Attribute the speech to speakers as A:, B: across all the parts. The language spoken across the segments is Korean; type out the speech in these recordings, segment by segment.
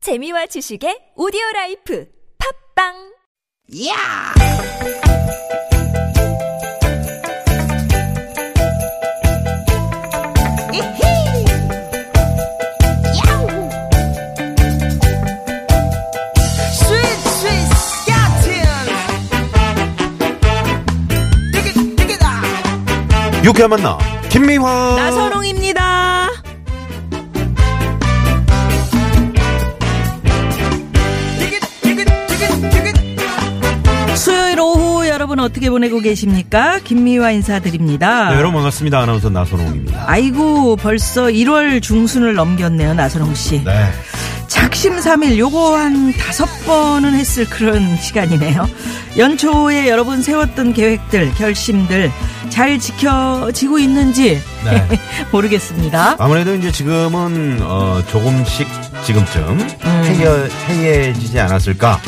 A: 재미와 지식의 오디오 라이프 팝빵
B: 야! 이히! 야우! 스윗 스윗 스캇틴! 디귿 디귿아!
C: 유쾌한 만나 김미화
D: 나선홍입니다.
B: 디귿 디귿 디귿 디귿
D: 수요일 오후 여러분 어떻게 보내고 계십니까? 김미화 인사드립니다.
C: 네, 여러분 반갑습니다 아나운서 나선홍입니다
D: 아이고 벌써 1월 중순을 넘겼네요 나선홍 씨.
C: 네
D: 작심삼일 요거 한 다섯 번은 했을 그런 시간이네요. 연초에 여러분 세웠던 계획들 결심들 잘 지켜지고 있는지
C: 네.
D: 모르겠습니다.
C: 아무래도 이제 지금은 어, 조금씩 지금쯤
D: 음.
C: 해결 해해지지 않았을까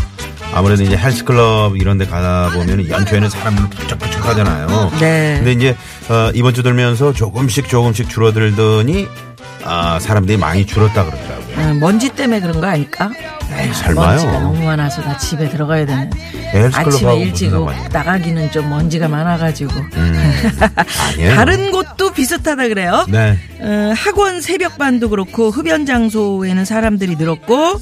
C: 아무래도 이제 헬스클럽 이런 데 가다 보면 연초에는 사람들 부쩍부쩍 하잖아요
D: 네.
C: 근데 이제 어, 이번 주 들면서 조금씩 조금씩 줄어들더니 아, 사람들이 많이 줄었다 그러더라고요
D: 아, 먼지 때문에 그런 거 아닐까?
C: 에이
D: 먼지가
C: 설마요
D: 너무 많아서 나 집에 들어가야 되네. 아침에
C: 헬스클럽하고
D: 일찍
C: 무슨
D: 오고
C: 상관이에요 음,
D: 나가기는 좀 먼지가 많아가지고
C: 아니에요
D: 다른 곳도 비슷하다 그래요.
C: 예. 네
D: 어, 학원 새벽반도 그렇고 흡연 장소에는 사람들이 늘었고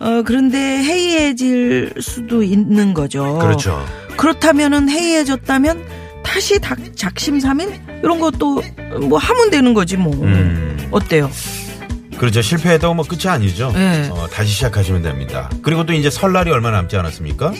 D: 어, 그런데 해이해질 수도 있는 거죠.
C: 그렇죠
D: 그렇다면은 해이해졌다면 다시 닭- 작심삼일 이런 것도 뭐 하면 되는 거지 뭐
C: 음.
D: 어때요?
C: 그렇죠. 실패했다고 뭐 끝이 아니죠.
D: 네.
C: 어, 다시 시작하시면 됩니다. 그리고 또 이제 설날이 얼마 남지 않았습니까?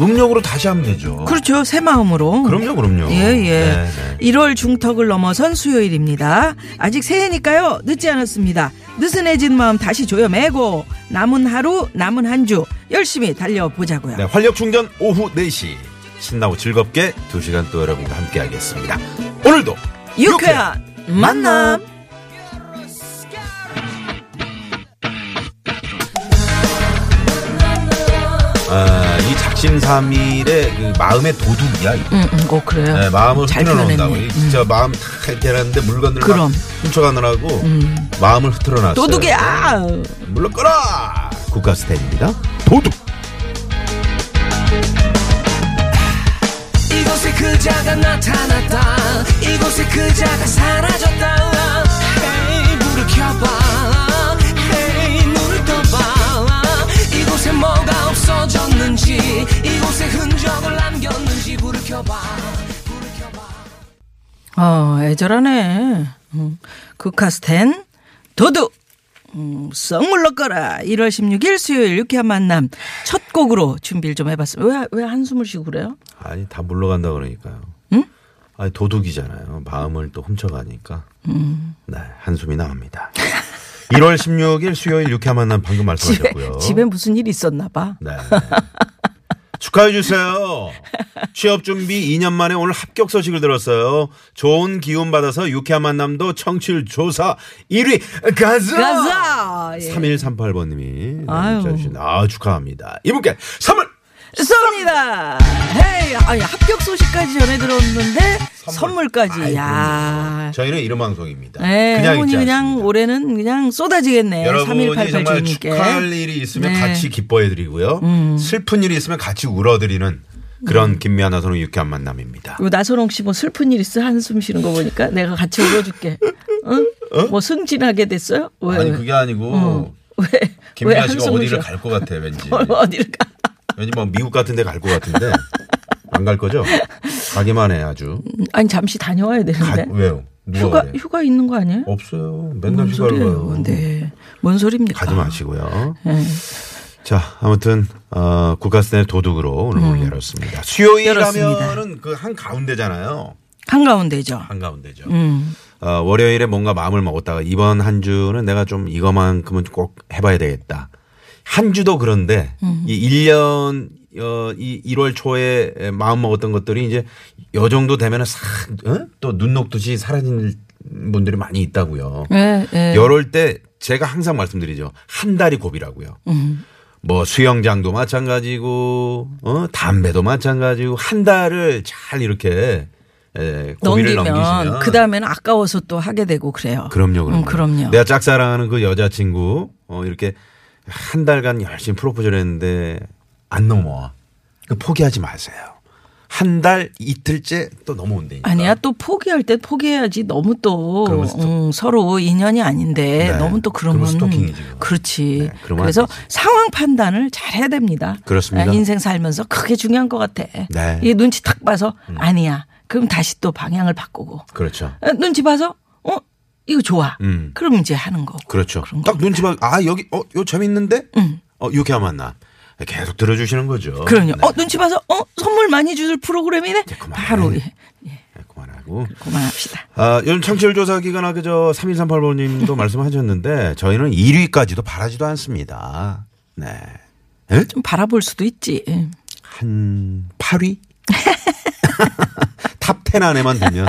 C: 음력으로 다시 하면 되죠.
D: 그렇죠 새 마음으로.
C: 그럼요, 그럼요.
D: 예, 예.
C: 네, 네.
D: 1월 중턱을 넘어선 수요일입니다. 아직 새해니까요, 늦지 않았습니다. 느슨해진 마음 다시 조여매고, 남은 하루, 남은 한 주, 열심히 달려보자고요.
C: 네, 활력 충전 오후 4시. 신나고 즐겁게 2시간 또 여러분과 함께 하겠습니다. 오늘도
D: 유쾌한 만남!
C: 아, 이 작심삼일의 그 마음의 도둑이야. 이거.
D: 음, 음, 오, 그래요?
C: 네, 마음을
D: 잘
C: 흐트러 놓는다고.
D: 표현했네.
C: 진짜 마음 다 이렇게 하는데 물건들 막
D: 그럼.
C: 훔쳐가느라고 마음을 흐트러 놨어요. 네,
D: 도둑이야!
C: 물론 끌어! 국가 스타일입니다. 도둑!
B: 이곳에 그자가 나타났다 이곳에 그자가 사라졌다 헤이 불을 켜봐 헤이 눈을 떠봐 이곳에 뭐가 없어졌는지 이곳에 흔적을 남겼는지 불을 켜봐 불을 켜봐
D: 어, 애절하네. 음, 국카스텐, 도둑! 음, 썩 물러거라. 1월 16일 수요일 유쾌한 만남. 첫 곡으로 준비를 좀 해봤습니다. 왜, 왜 한숨을 쉬고 그래요?
C: 아니 다 물러간다 그러니까요.
D: 응?
C: 아니 도둑이잖아요. 마음을 또 훔쳐가니까.
D: 음.
C: 네 한숨이 나옵니다. 1월 16일 수요일 유쾌한 만남 방금
D: 집에,
C: 말씀하셨고요.
D: 집에 무슨 일이 있었나 봐.
C: 네. 축하해 주세요. 취업 준비 2년 만에 오늘 합격 소식을 들었어요. 좋은 기운 받아서 유쾌한 만남도 청취율 조사 1위 가자.
D: 가자! 예.
C: 3138번님이
D: 아유.
C: 주신 아 축하합니다. 이분께 선물
D: 쏩니다! 헤이! 아, 야, 합격 소식까지 전해 들었는데,
C: 선물.
D: 선물. 까지
C: 아이,
D: 야
C: 저희는 이런 방송입니다.
D: 네,
C: 그냥
D: 행운이
C: 있지
D: 그냥
C: 않습니다.
D: 올해는 그냥 쏟아지겠네요.
C: 여러분이 정말
D: 3188주님께.
C: 축하할 일이 있으면
D: 네. 음.
C: 같이 기뻐해드리고요. 슬픈 일이 있으면 같이 울어드리는 그런 김미아 나선홍 유쾌한 만남입니다.
D: 그리고 나선홍 씨 뭐 슬픈 일 있어? 한숨 쉬는 거 보니까 내가 같이 울어줄게. 응? 뭐 승진하게 됐어요? 왜?
C: 아니 그게 아니고
D: 왜? 왜
C: 김미아 씨가
D: 한숨을
C: 어디를
D: 쉬어?
C: 갈 것 같아 왠지.
D: 어, 어디를 가?
C: 왠지 뭐 미국 같은 데 갈 것 같은데 안 갈 거죠? 가기만 해 아주.
D: 아니 잠시 다녀와야
C: 가,
D: 되는데.
C: 왜요? 네. 누가
D: 휴가
C: 그래?
D: 휴가 있는 거 아니에요?
C: 없어요. 맨날
D: 뭔
C: 휴가를
D: 소리예요?
C: 가요.
D: 네. 뭔 소리입니까?
C: 가지 마시고요.
D: 예.
C: 자, 아무튼 어, 국가스의 도둑으로 오늘 문을 열었습니다. 수요일이라면은
D: 네. 열었습니다.
C: 그 한 가운데잖아요.
D: 한가운데죠.
C: 한 가운데죠.
D: 그렇죠. 음.
C: 어, 월요일에 뭔가 마음을 먹었다가 이번 한 주는 내가 좀 이거만큼은 꼭 해봐야 되겠다. 한 주도 그런데
D: 음.
C: 이 1년 어, 이 1월 초에 마음 먹었던 것들이 이제 요 정도 되면은 싹또눈 녹듯이 사라진 분들이 많이 있다고요.
D: 예, 예.
C: 열올 때 제가 항상 말씀드리죠. 한 달이 고비라고요. 뭐 수영장도 마찬가지고 어 담배도 마찬가지고 한 달을 잘 이렇게 에, 고비를 넘기시면
D: 넘기면 그 다음에는 아까워서 또 하게 되고 그래요.
C: 음, 그럼요, 네. 그럼요.
D: 음, 그럼요.
C: 내가 짝사랑하는 그 여자친구, 어, 이렇게 한 달간 열심히 프로포즈를 했는데 안 넘어와. 그 포기하지 마세요. 한 달 이틀째 또 넘어온다니까.
D: 아니야 또 포기할 때 포기해야지 너무 또
C: 그러면 스토-
D: 음, 서로 인연이 아닌데
C: 네.
D: 너무 또 그러면
C: 그러면 스토킹이지, 그거.
D: 그렇지
C: 네, 그러면
D: 그래서
C: 안 되지.
D: 상황 판단을 잘 해야 됩니다
C: 그렇습니다.
D: 아, 인생 살면서 그게 중요한 것 같아
C: 네. 음.
D: 이 눈치 탁 봐서 아니야 그럼 다시 또 방향을 바꾸고
C: 그렇죠.
D: 아, 눈치 봐서 어 이거 좋아
C: 음.
D: 그럼 이제 하는 거고
C: 그렇죠.
D: 그런
C: 딱
D: 겁니다.
C: 눈치 봐. 아 여기 어 요 재밌는데. 어 이렇게 하면 나 계속 들어주시는 거죠.
D: 그럼요
C: 네.
D: 어 눈치 봐서 어 선물 많이 주실 프로그램이네
C: 그만해.
D: 바로 예.
C: 네, 그만하고.
D: 그만합시다
C: 아, 요즘 청취율 조사 기간 아까 저 3138번님도 말씀하셨는데 저희는 1위까지도 바라지도 않습니다. 네. 예?
D: 좀 음, 바라볼 수도 있지 예.
C: 한 8위? 탑 10 안에만 들면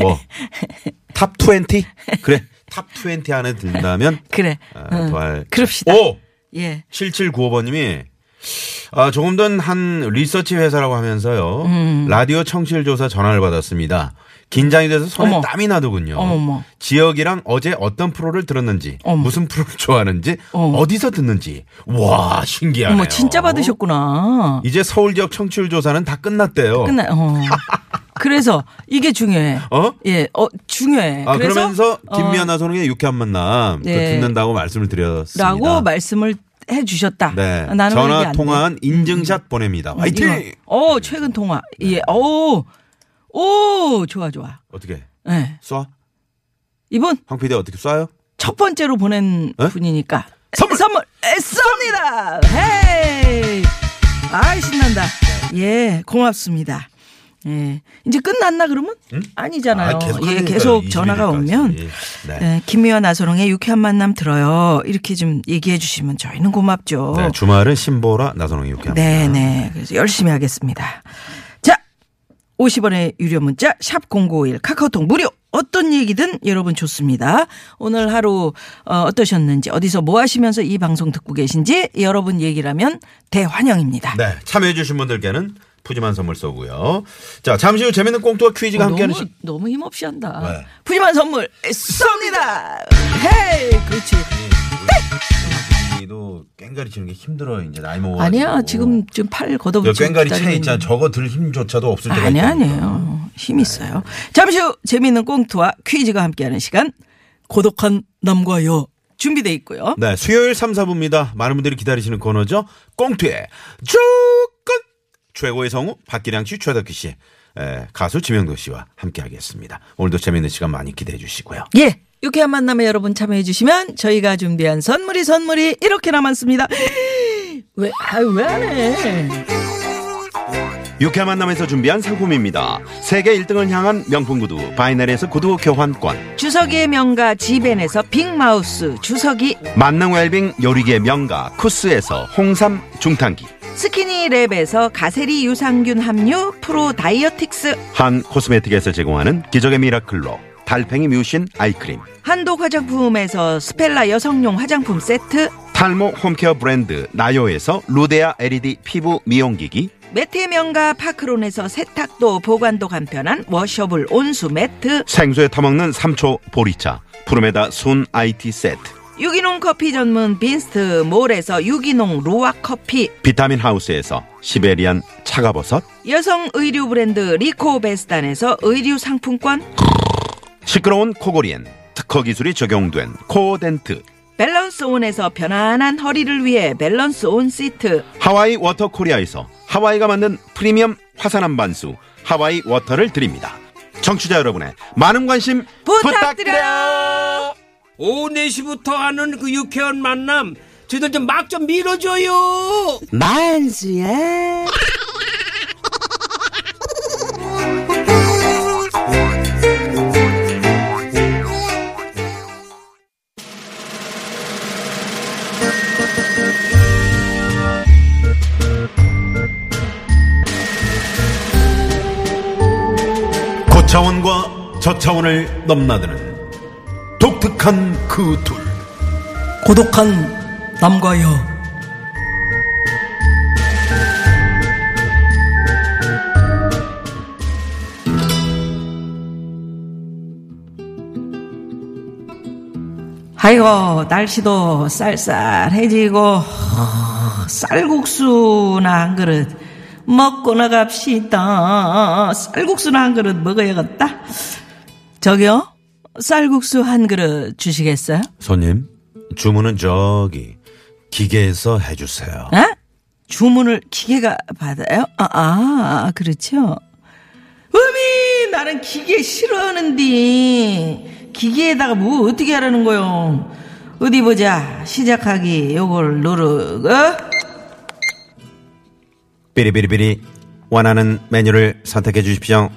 C: 뭐? 탑 20? 그래. 탑 20 안에 들다면
D: 그래
C: 아,
D: 응.
C: 더할
D: 그럽시다
C: 오!
D: 예.
C: 7795번님이 아, 조금 전 한 리서치 회사라고 하면서요.
D: 음.
C: 라디오 청취율 조사 전화를 받았습니다. 긴장이 돼서 손에
D: 어머.
C: 땀이 나더군요.
D: 어머머.
C: 지역이랑 어제 어떤 프로를 들었는지,
D: 어머.
C: 무슨 프로를 좋아하는지,
D: 어머.
C: 어. 디서 듣는지. 와, 아, 신기하네요.
D: 어머 진짜 받으셨구나.
C: 이제 서울 지역 청취율 조사는 다 끝났대요.
D: 끝나. 어. 그래서 이게 중요해.
C: 어?
D: 예, 어 중요해.
C: 아,
D: 그래서
C: 그러면서
D: 어,
C: 김미아나 손흥의 유쾌한 만남 그거
D: 네.
C: 듣는다고 말씀을 드렸습니다.
D: 라고 말씀을 해 주셨다. 아,
C: 네.
D: 나는 왜 이게
C: 전화
D: 안 돼? 음,
C: 통화한 인증샷 보냅니다. 화이팅! 네.
D: 이거. 어, 최근 통화. 예. 오. 오, 좋아 좋아.
C: 어떻게
D: 예.
C: 쏴?
D: 이분
C: 황 PD 어떻게 쏴요?
D: 첫 번째로 보낸
C: 에?
D: 분이니까
C: 선물!
D: 선물 쏩니다. 헤이. 아 신난다. 예, 고맙습니다. 예, 이제 끝났나 그러면 아니잖아요.
C: 아, 계속
D: 예,
C: 하니까요.
D: 계속 전화가
C: 21일까지.
D: 오면
C: 네.
D: 예, 김미화 나선홍의 유쾌한 만남 들어요. 이렇게 좀 얘기해 주시면 저희는 고맙죠.
C: 네, 주말은 신보라 나선홍이 이렇게 합니다.
D: 어. 네, 네. 그래서 열심히 하겠습니다. 자, 50원의 유료 문자 샵 #051 카카오톡 무료. 어떤 얘기든 여러분 좋습니다. 오늘 하루 어, 어떠셨는지 어디서 뭐 하시면서 이 방송 듣고 계신지 여러분 얘기라면 대환영입니다.
C: 네, 참여해주신 분들께는 푸짐한 선물 쏘고요. 자, 잠시 후 재밌는 꽁투와 퀴즈가
D: 어, 너무
C: 함께하는 시...
D: 너무 힘없이 한다.
C: 네.
D: 푸짐한 선물 쏩니다. 헤이 그렇지.
C: 도 꽹가리 치는 게 힘들어요. 이제 나이 뭐 먹어.
D: 아니야 지금 지금 팔
C: 저
D: 걷어붙이고
C: 꽹가리
D: 기다리고
C: 채
D: 있는
C: 있잖아. 저거 들 힘조차도 없을 때가
D: 네, 아니
C: 있다니까.
D: 아니에요. 힘 있어요. 잠시 후 재미있는 꽁트와 퀴즈가 함께하는 시간 고독한 남과 여 준비돼 있고요.
C: 네, 수요일 3, 4부입니다. 많은 분들이 기다리시는 코너죠. 꽁투의 주권 최고의 성우 박기량 씨, 최덕기 씨, 에, 가수 지명도 씨와 함께하겠습니다. 오늘도 재밌는 시간 많이 기대해 주시고요.
D: 예. 유쾌한 만남에 여러분 참여해 주시면 저희가 준비한 선물이 선물이 이렇게 남았습니다. 왜, 아유, 왜안 해?
C: 유쾌한 만남에서 준비한 상품입니다. 세계 1등을 향한 명품 구두 바이넬에서 구두 교환권
D: 주석이의 명가 지벤에서 빅마우스 주석이
C: 만능 웰빙 요리계 명가 쿠스에서 홍삼 중탕기
D: 스키니랩에서 가세리 유산균 함유 프로 다이어틱스
C: 한 코스메틱에서 제공하는 기적의 미라클로 달팽이 뮤신 아이크림
D: 한독 화장품에서 스펠라 여성용 화장품 세트
C: 탈모 홈케어 브랜드 나요에서 루데아 LED 피부 미용기기
D: 매트의 명가 파크론에서 세탁도 보관도 간편한 워셔블 온수 매트
C: 생수에 타먹는 삼초 보리차 푸르메다 순 IT 세트
D: 유기농 커피 전문 빈스트 몰에서 유기농 루아 커피
C: 비타민 하우스에서 시베리안 차가버섯
D: 여성 의류 브랜드 리코베스탄에서 의류 상품권
C: 시끄러운 코골이엔 특허 기술이 적용된 코어덴트
D: 밸런스 온에서 편안한 허리를 위해 밸런스 온 시트
C: 하와이 워터 코리아에서 하와이가 만든 프리미엄 화산 한반수 하와이 워터를 드립니다. 청취자 여러분의 많은 관심
D: 부탁드려요.
B: 오후 4시부터 하는 그 유쾌한 만남 저희들 좀 막 좀 밀어줘요
D: 만수야
C: 고차원과 저차원을 넘나드는 독특한 그 둘.
D: 고독한 남과 여 아이고 날씨도 쌀쌀해지고 쌀국수나 한 그릇 먹고 나갑시다. 쌀국수나 한 그릇 먹어야겠다. 저기요 쌀국수 한 그릇 주시겠어요?
C: 손님, 주문은 저기 기계에서 해주세요.
D: 에? 주문을 기계가 받아요? 아, 아 그렇죠. 음이 나는 기계 싫어하는데 기계에다가 뭐 어떻게 하라는 거요? 어디 보자 시작하기 요걸 누르고
C: 삐리삐리삐리 원하는 메뉴를 선택해 주십시오.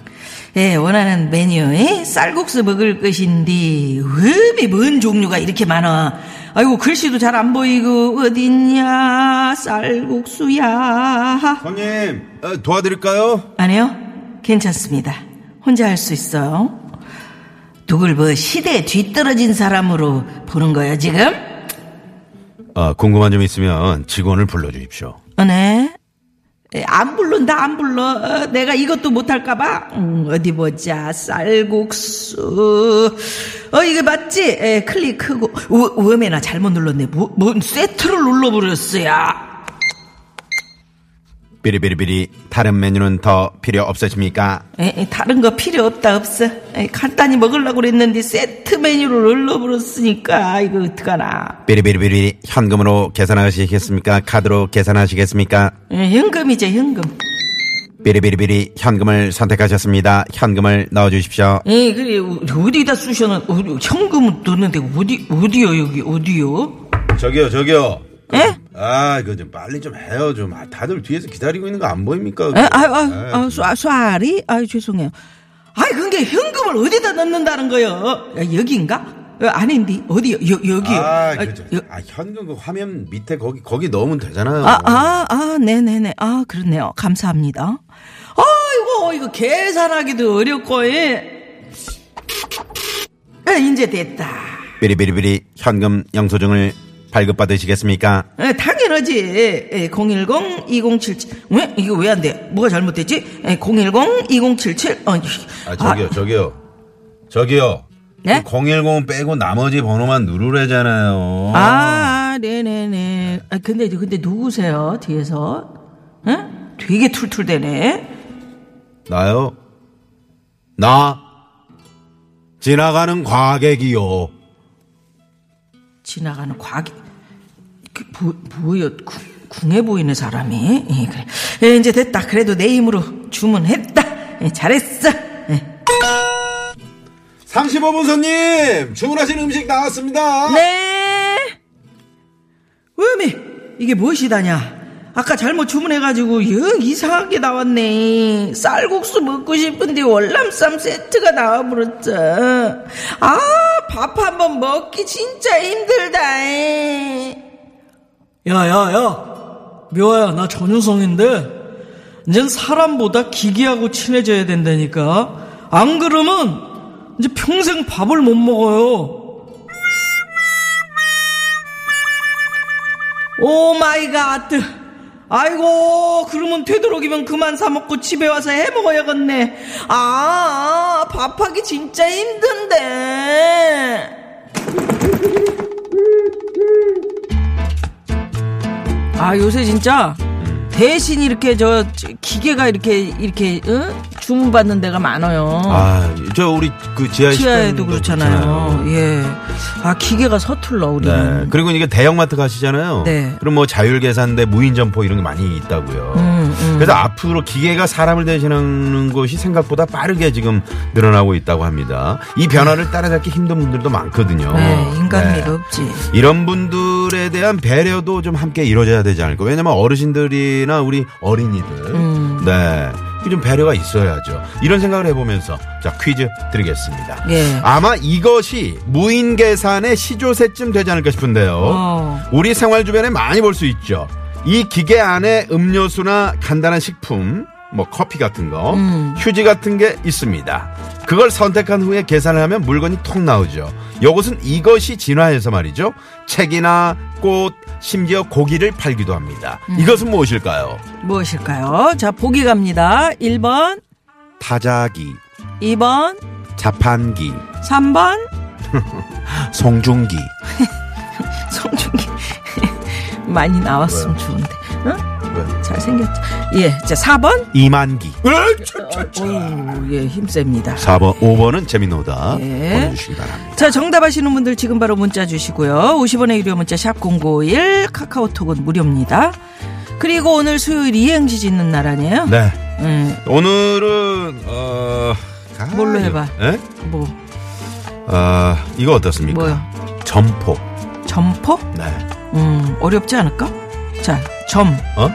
D: 예 원하는 메뉴에 쌀국수 먹을 것인데 음이 뭔 종류가 이렇게 많아? 아이고 글씨도 잘 안 보이고 어딨냐 쌀국수야
C: 손님, 어, 도와드릴까요?
D: 아니요, 괜찮습니다. 혼자 할 수 있어요. 누굴 뭐 시대에 뒤떨어진 사람으로 보는 거예요, 지금?
C: 어, 궁금한 점 있으면 직원을 불러주십시오.
D: 어, 네. 에, 안 불른다, 안 불러. 어, 내가 이것도 못할까봐. 음, 어디 보자. 쌀국수. 어, 이거 맞지? 에, 클릭하고. 우, 음에나 잘못 눌렀네. 뭐, 뭔 세트를 눌러버렸어요.
C: 삐리삐리삐리 다른 메뉴는 더 필요 없으십니까?
D: 에, 에, 다른 거 필요 없다 없어. 에, 간단히 먹으려고 그랬는데 세트 메뉴를 눌러버렸으니까 이거 어떡하나.
C: 삐리삐리삐리 현금으로 계산하시겠습니까? 카드로 계산하시겠습니까?
D: 에, 예, 현금이죠 현금.
C: 삐리삐리삐리 현금을 선택하셨습니다. 현금을 넣어주십시오.
D: 에 그래 어, 어디다 쑤셔는 어디, 현금 넣는데 어디 어디요 여기 어디요?
C: 저기요, 저기요.
D: 에? 에?
C: 아, 이거 좀 빨리 좀 해요, 좀. 아, 다들 뒤에서 기다리고 있는 거 안 보입니까?
D: 아유 아유 아, 쏴 쏴리? 아유 죄송해요. 아이 근데 현금을 어디다 넣는다는 거요? 야, 여기인가? 어, 아닌데 어디 여 여기요? 아, 여-
C: 아, 현금 그 화면 밑에 거기, 거기 넣으면 되잖아요.
D: 아, 아, 아, 네네네. 아, 그렇네요. 감사합니다. 아이고, 이거 계산하기도 어렵고, 예. 아, 이제 됐다.
C: 삐리삐리삐리 현금 영수증을 발급받으시겠습니까?
D: 예, 당연하지. 예, 010-2077. 왜? 이거 왜 안 돼? 뭐가 잘못됐지? 예, 010-2077. 어,
C: 아 저기요 저기요 저기요
D: 네?
C: 010 빼고 나머지 번호만 누르래잖아요
D: 아, 아, 네네네. 아, 근데, 근데 누구세요? 뒤에서? 응? 되게 툴툴대네.
C: 나요? 나 지나가는 과객이요
D: 지나가는 과기 그, 보, 보여 궁- 궁해 보이는 사람이 예, 그래 예, 이제 됐다 그래도 내 힘으로 주문했다 예, 잘했어 예.
C: 35번 손님 주문하신 음식 나왔습니다
D: 네 음이 이게 무엇이다냐 아까 잘못 주문해가지고 영 이상하게 나왔네 쌀국수 먹고 싶은데 월남쌈 세트가 나와버렸어 아 밥 한번 먹기 진짜 힘들다 이.
E: 야야야 묘아야 나 전유성인데 이젠 사람보다 기계하고 친해져야 된다니까 안 그러면 이제 평생 밥을 못 먹어요
D: 오 마이 갓. Oh 아이고, 그러면 되도록이면 그만 사먹고 집에 와서 해 먹어야겠네. 아, 밥하기 진짜 힘든데. 아, 요새 진짜 대신 이렇게 저 기계가 이렇게, 이렇게, 응? 주문받는 데가 많아요.
C: 아 저 우리 그 지하
D: 치아에도 그렇잖아요. 예. 아, 기계가 서툴러, 우리는.
C: 네. 그리고 이게 대형마트 가시잖아요.
D: 음. 네.
C: 그럼 뭐 자율 계산대 무인 점포 이런 게 많이 있다고요.
D: 음,
C: 그래서 앞으로 기계가 사람을 대신하는 것이 생각보다 빠르게 지금 늘어나고 있다고 합니다. 이 변화를 따라잡기 힘든 분들도 많거든요.
D: 네, 인간미가
C: 네.
D: 없지.
C: 이런 분들에 대한 배려도 좀 함께 이루어져야 되지 않을까. 왜냐면 어르신들이나 우리 어린이들. 네. 좀 배려가 있어야죠. 이런 생각을 해보면서 자 퀴즈 드리겠습니다.
D: 예.
C: 아마 이것이 무인 계산의 시조새쯤 되지 않을까 싶은데요.
D: 어.
C: 우리 생활 주변에 많이 볼 수 있죠. 이 기계 안에 음료수나 간단한 식품, 뭐 커피 같은 거, 휴지 같은 게 있습니다. 그걸 선택한 후에 계산을 하면 물건이 톡 나오죠. 요것은 이것이 진화해서 말이죠. 책이나 꽃, 심지어 고기를 팔기도 합니다. 이것은 무엇일까요?
D: 무엇일까요? 자, 보기 갑니다. 1번,
C: 타자기,
D: 2번,
C: 자판기,
D: 3번,
C: 송중기.
D: 송중기 많이 나왔으면
C: 네.
D: 좋은데. 응?
C: 왜?
D: 잘생겼죠. 예, 자 4번.
C: 이만기.
D: 오, 예, 힘셉니다.
C: 4번, 5번은 재밌는 오다.
D: 예.
C: 보내주시기 바랍니다.
D: 자, 정답 아시는 분들 지금 바로 문자 주시고요. 50원의 유료 문자 샵 091, 카카오톡은 무료입니다. 그리고 오늘 수요일 이행시 짓는 날 아니에요?
C: 네.
D: 음,
C: 오늘은, 어, 아,
D: 뭘로 해봐.
C: 예?
D: 뭐,
C: 어, 이거 어떻습니까?
D: 뭐요?
C: 점포.
D: 점포?
C: 네.
D: 음, 어렵지 않을까? 자, 점.
C: 어?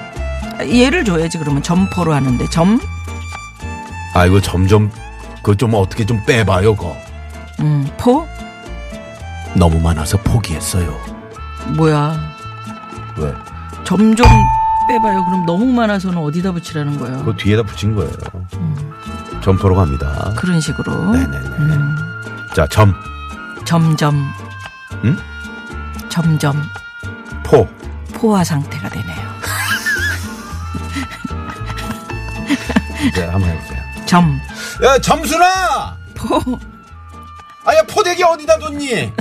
D: 아, 예를 줘야지, 그러면 점포로 하는데. 점?
C: 아, 이거 점점, 그거 좀 어떻게 좀 빼봐요, 그거.
D: 음, 포?
C: 너무 많아서 포기했어요.
D: 뭐야.
C: 왜?
D: 점좀 빼봐요. 그럼 너무 많아서는 어디다 붙이라는 거예요?
C: 그거 뒤에다 붙인 거예요.
D: 음.
C: 점포로 갑니다.
D: 그런 식으로.
C: 네네네. 자, 점,
D: 점점.
C: 음?
D: 점점
C: 포.
D: 포화 상태가 되네요.
C: 이제 한번 해보세요.
D: 점.
C: 야, 점순아!
D: 포.
C: 아야, 포대기 어디다 뒀니?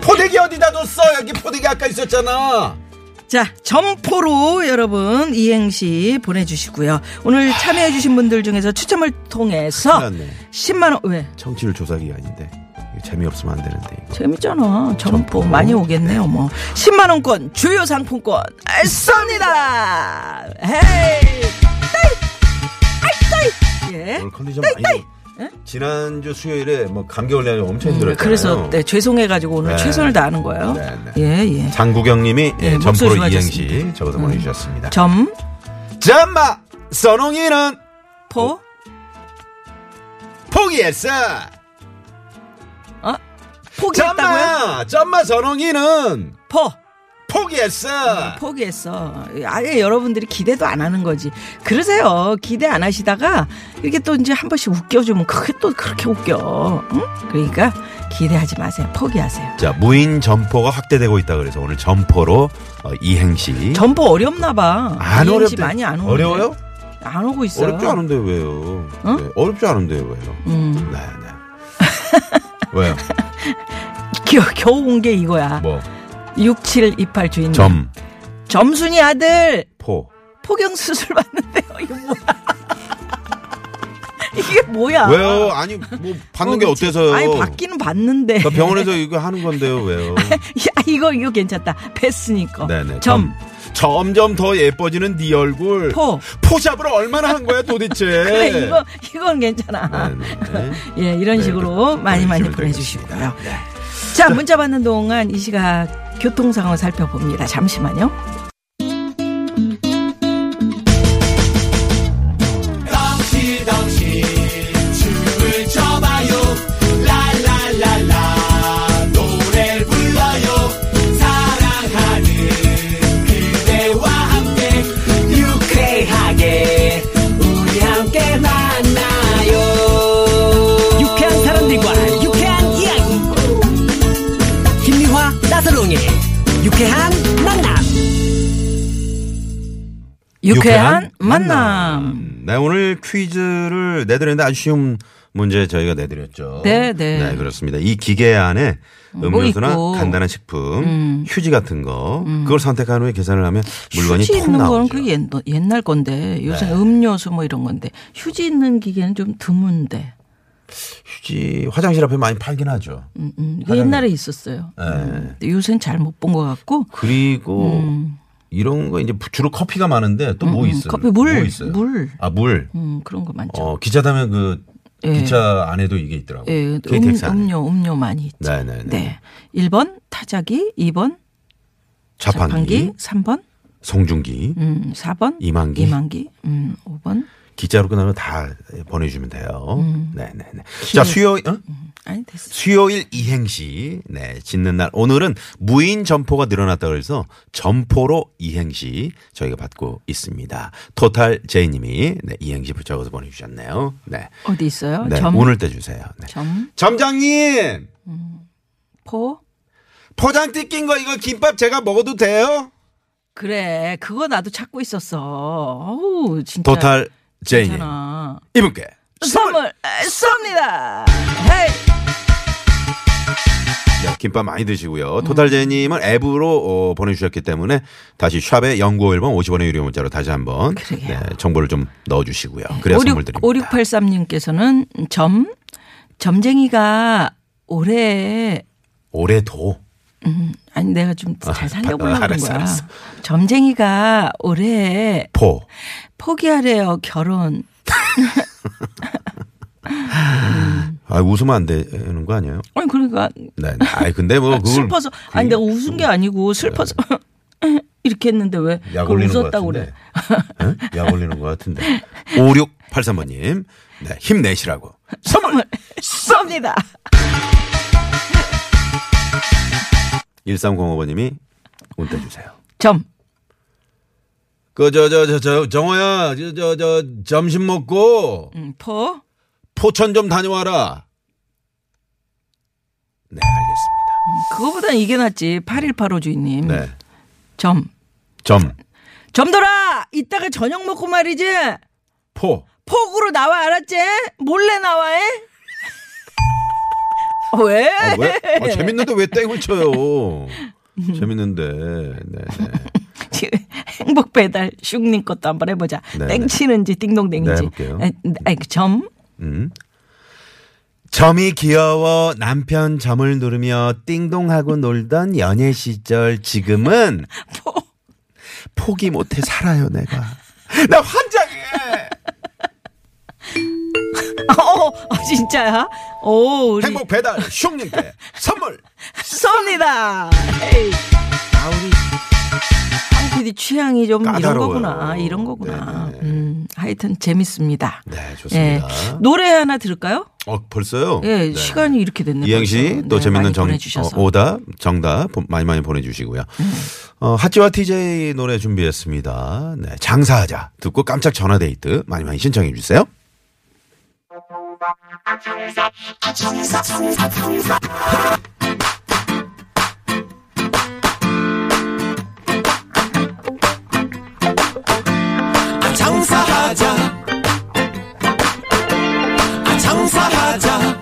C: 포대기 어디다 뒀어? 여기 포대기 아까 있었잖아.
D: 자, 점포로 여러분 이행시 보내주시고요. 오늘 참여해주신 분들 중에서 추첨을 통해서
C: 큰일 났네.
D: 10만원, 왜?
C: 청취율 조사 기간인데. 이거 재미없으면 안 되는데. 이거.
D: 재밌잖아. 점포.
C: 점포.
D: 많이 오겠네요, 뭐. 10만원권, 주요 상품권, 쏩니다! 헤이! 따이! 아이, 따이! 예.
C: 오늘 컨디션 많이. 지난주 수요일에 뭐 감기 걸려서 엄청 힘들었잖아요.
D: 그래서 네, 죄송해가지고 오늘
C: 네.
D: 최선을 다하는 거예요.
C: 네, 네.
D: 예, 예.
C: 장국영님이
D: 네,
C: 예, 점포로
D: 목소리 음.
C: 이행시 적어서 보내주셨습니다.
D: 점,
C: 점마 선홍이는
D: 포,
C: 포기했어.
D: 어? 포기했다고요?
C: 점마 점마 선홍이는
D: 포.
C: 포기했어.
D: 음, 포기했어. 아예 여러분들이 기대도 안 하는 거지. 그러세요. 기대 안 하시다가 이렇게 또 이제 한 번씩 웃겨주면 그게 또 그렇게 웃겨. 응? 그러니까 기대하지 마세요. 포기하세요.
C: 자 무인 점포가 확대되고 있다 그래서 오늘 점포로 어, 이행시.
D: 전부 어렵나 봐.
C: 안
D: 이행시
C: 어렵대.
D: 많이 안 오는데.
C: 어려워요?
D: 안 오고 있어요.
C: 어렵지 않은데 왜요? 네, 어렵지 않은데 왜요?
D: 음.
C: 네, 네. 왜요?
D: 겨, 겨우 온 게 이거야.
C: 뭐
D: 6728 주인님.
C: 점포
D: 점순이 아들 포경 수술 받는데요. 이거 뭐야? 이게 뭐야?
C: 왜요? 아니 뭐 받는 게
D: 어, 그치.
C: 어때서요?
D: 아니 받기는 받는데.
C: 그러니까 병원에서 이거 하는 건데요 왜요?
D: 야, 이거, 이거 괜찮다. 뱃스니까.
C: 네네.
D: 점.
C: 점점 더 예뻐지는 네 얼굴.
D: 포.
C: 포샵을 얼마나 한 거야 도대체.
D: 그래, 이거, 이건 괜찮아.
C: 네. 네네.
D: 예, 이런
C: 네,
D: 식으로
C: 그,
D: 많이
C: 그런
D: 많이
C: 식으로
D: 보내주시고요. 자, 문자 받는 동안 이 시각 교통 상황 살펴봅니다. 잠시만요.
F: 유쾌한 사람들과 유쾌한 이야기 김미화 나서롱의 유쾌한 만남
D: 유쾌한 만남.
C: 네 오늘 퀴즈를 내드렸는데 아주 쉬운 문제 저희가 내드렸죠.
D: 네, 네.
C: 그렇습니다. 이 기계 안에 음료수나
D: 있고. 음.
C: 간단한 식품, 휴지 같은 거 그걸 선택한 후에 계산을 하면 물건이
D: 휴지
C: 톡
D: 있는 거는
C: 나오죠. 네.
D: 그 옛, 옛날 건데 요새 음료수 뭐 이런 건데 휴지 있는 기계는 좀 드문데
C: 휴지 화장실 앞에 많이 팔긴 하죠.
D: 음, 음. 이거 옛날에 있었어요.
C: 네.
D: 음. 근데 요새는 잘 못 본 것 같고
C: 그리고 이런 거 이제 주로 커피가 많은데 또 뭐
D: 음,
C: 있어요?
D: 커피, 물,
C: 뭐 있어요?
D: 물.
C: 아 물.
D: 음, 그런 거 많죠.
C: 어 기차다면 그
D: 예.
C: 기차 안에도 이게 있더라고.
D: 예,
C: 요
D: 음, 음료 음료 많이 있죠.
C: 네네네.
D: 네. 1번 타자기, 2번 자판기,
C: 자판기,
D: 3번
C: 송중기,
D: 음, 4번
C: 이만기.
D: 이만기, 음, 5번
C: 기자로 끝나면 다 보내주면 돼요.
D: 음.
C: 네네네. 자 수요일 어?
D: 아니 됐어.
C: 수요일 이행시 네 짓는 날 오늘은 무인 점포가 늘어났다 그래서 점포로 이행시 저희가 받고 있습니다. 토탈 제이님이 네, 이행시 적어서 보내주셨네요. 네.
D: 어디 있어요?
C: 네,
D: 점,
C: 오늘 때 주세요. 네.
D: 점,
C: 점장님
D: 포.
C: 포장띠 낀 거 이거 김밥 제가 먹어도 돼요?
D: 음, 그래. 그거 나도 찾고 있었어. 어우, 진짜.
C: 토탈
D: 예,
C: 제이님
D: 괜찮아.
C: 이분께
D: 네. 선물 쏩니다. 헤이.
C: 네, 김밥 많이 드시고요.
D: 음.
C: 토달제님을 앱으로 어, 보내주셨기 때문에 다시 샵에 연구 1번 50원의 유료 문자로 다시 한번 네, 정보를 좀 넣어주시고요.
D: 네,
C: 그래야 선물 드립니다.
D: 5683님께서는 점, 점쟁이가 올해
C: 올해도
D: 아니 내가 좀 잘
C: 아,
D: 살려보려고 그런
C: 알았어,
D: 거야.
C: 알았어.
D: 점쟁이가 올해
C: 포.
D: 포기하래요 결혼.
C: 아 웃으면 안 되는 거 아니에요?
D: 아니 그러니까
C: 네. 네. 아이 근데 뭐 그걸
D: 슬퍼서 아니 내가 웃은 게 아니고 슬퍼서 이렇게 했는데 왜
C: 약
D: 그걸
C: 올리는 것
D: 웃었다고
C: 같은데.
D: 그래.
C: 응? 약 올리는 것 같은데. 5683번님. 네, 힘내시라고.
D: 선물 쏩니다.
C: 1305번님이 운대 주세요.
D: 점.
C: 그 저 저 저 저 정호야 저 저 저 점심 먹고
D: 음, 포.
C: 포천 좀 다녀와라. 네 알겠습니다.
D: 그거보단 이게 낫지. 8185 주인님.
C: 네.
D: 점.
C: 점.
D: 점돌아! 이따가 저녁 먹고 말이지.
C: 포.
D: 폭으로 나와 알았지? 몰래 나와해? 왜?
C: 아, 왜? 아, 재밌는데 왜 땡을 쳐요? 재밌는데. 네, 네.
D: 지금 행복 배달 슝님 것도 한번 해보자.
C: 네, 네.
D: 땡치는지 띵동댕인지.
C: 네, 해볼게요.
D: 아니, 아니, 그 점.
C: 음. 점이 귀여워 남편 점을 누르며 띵동하고 놀던 연애 시절 지금은
D: 포.
C: 포기 못해 살아요 내가. 나 환장해.
D: 어, 어, 진짜야? 오, 우리
C: 행복 배달 슝님께 선물.
D: 쏩니다. 에이. 아, 우리 황 PD 취향이 좀 이런
C: 까다로워요.
D: 거구나. 아, 이런 거구나.
C: 네네.
D: 음, 하여튼 재밌습니다.
C: 네
D: 예.
C: 좋습니다.
D: 노래 하나 들을까요?
C: 어 벌써요?
D: 예,
C: 네.
D: 시간이 이렇게 됐네요.
C: 이행시
D: 벌써.
C: 또
D: 네,
C: 재밌는
D: 많이
C: 정
D: 보내주셔서.
C: 어, 오답 정답 보- 많이 많이 보내주시고요. 어, 하찌와 TJ 노래 준비했습니다. 네, 장사하자 듣고 깜짝 전화 데이트 많이 많이 신청해 주세요.
F: 아, 장사하자 아, 장사하자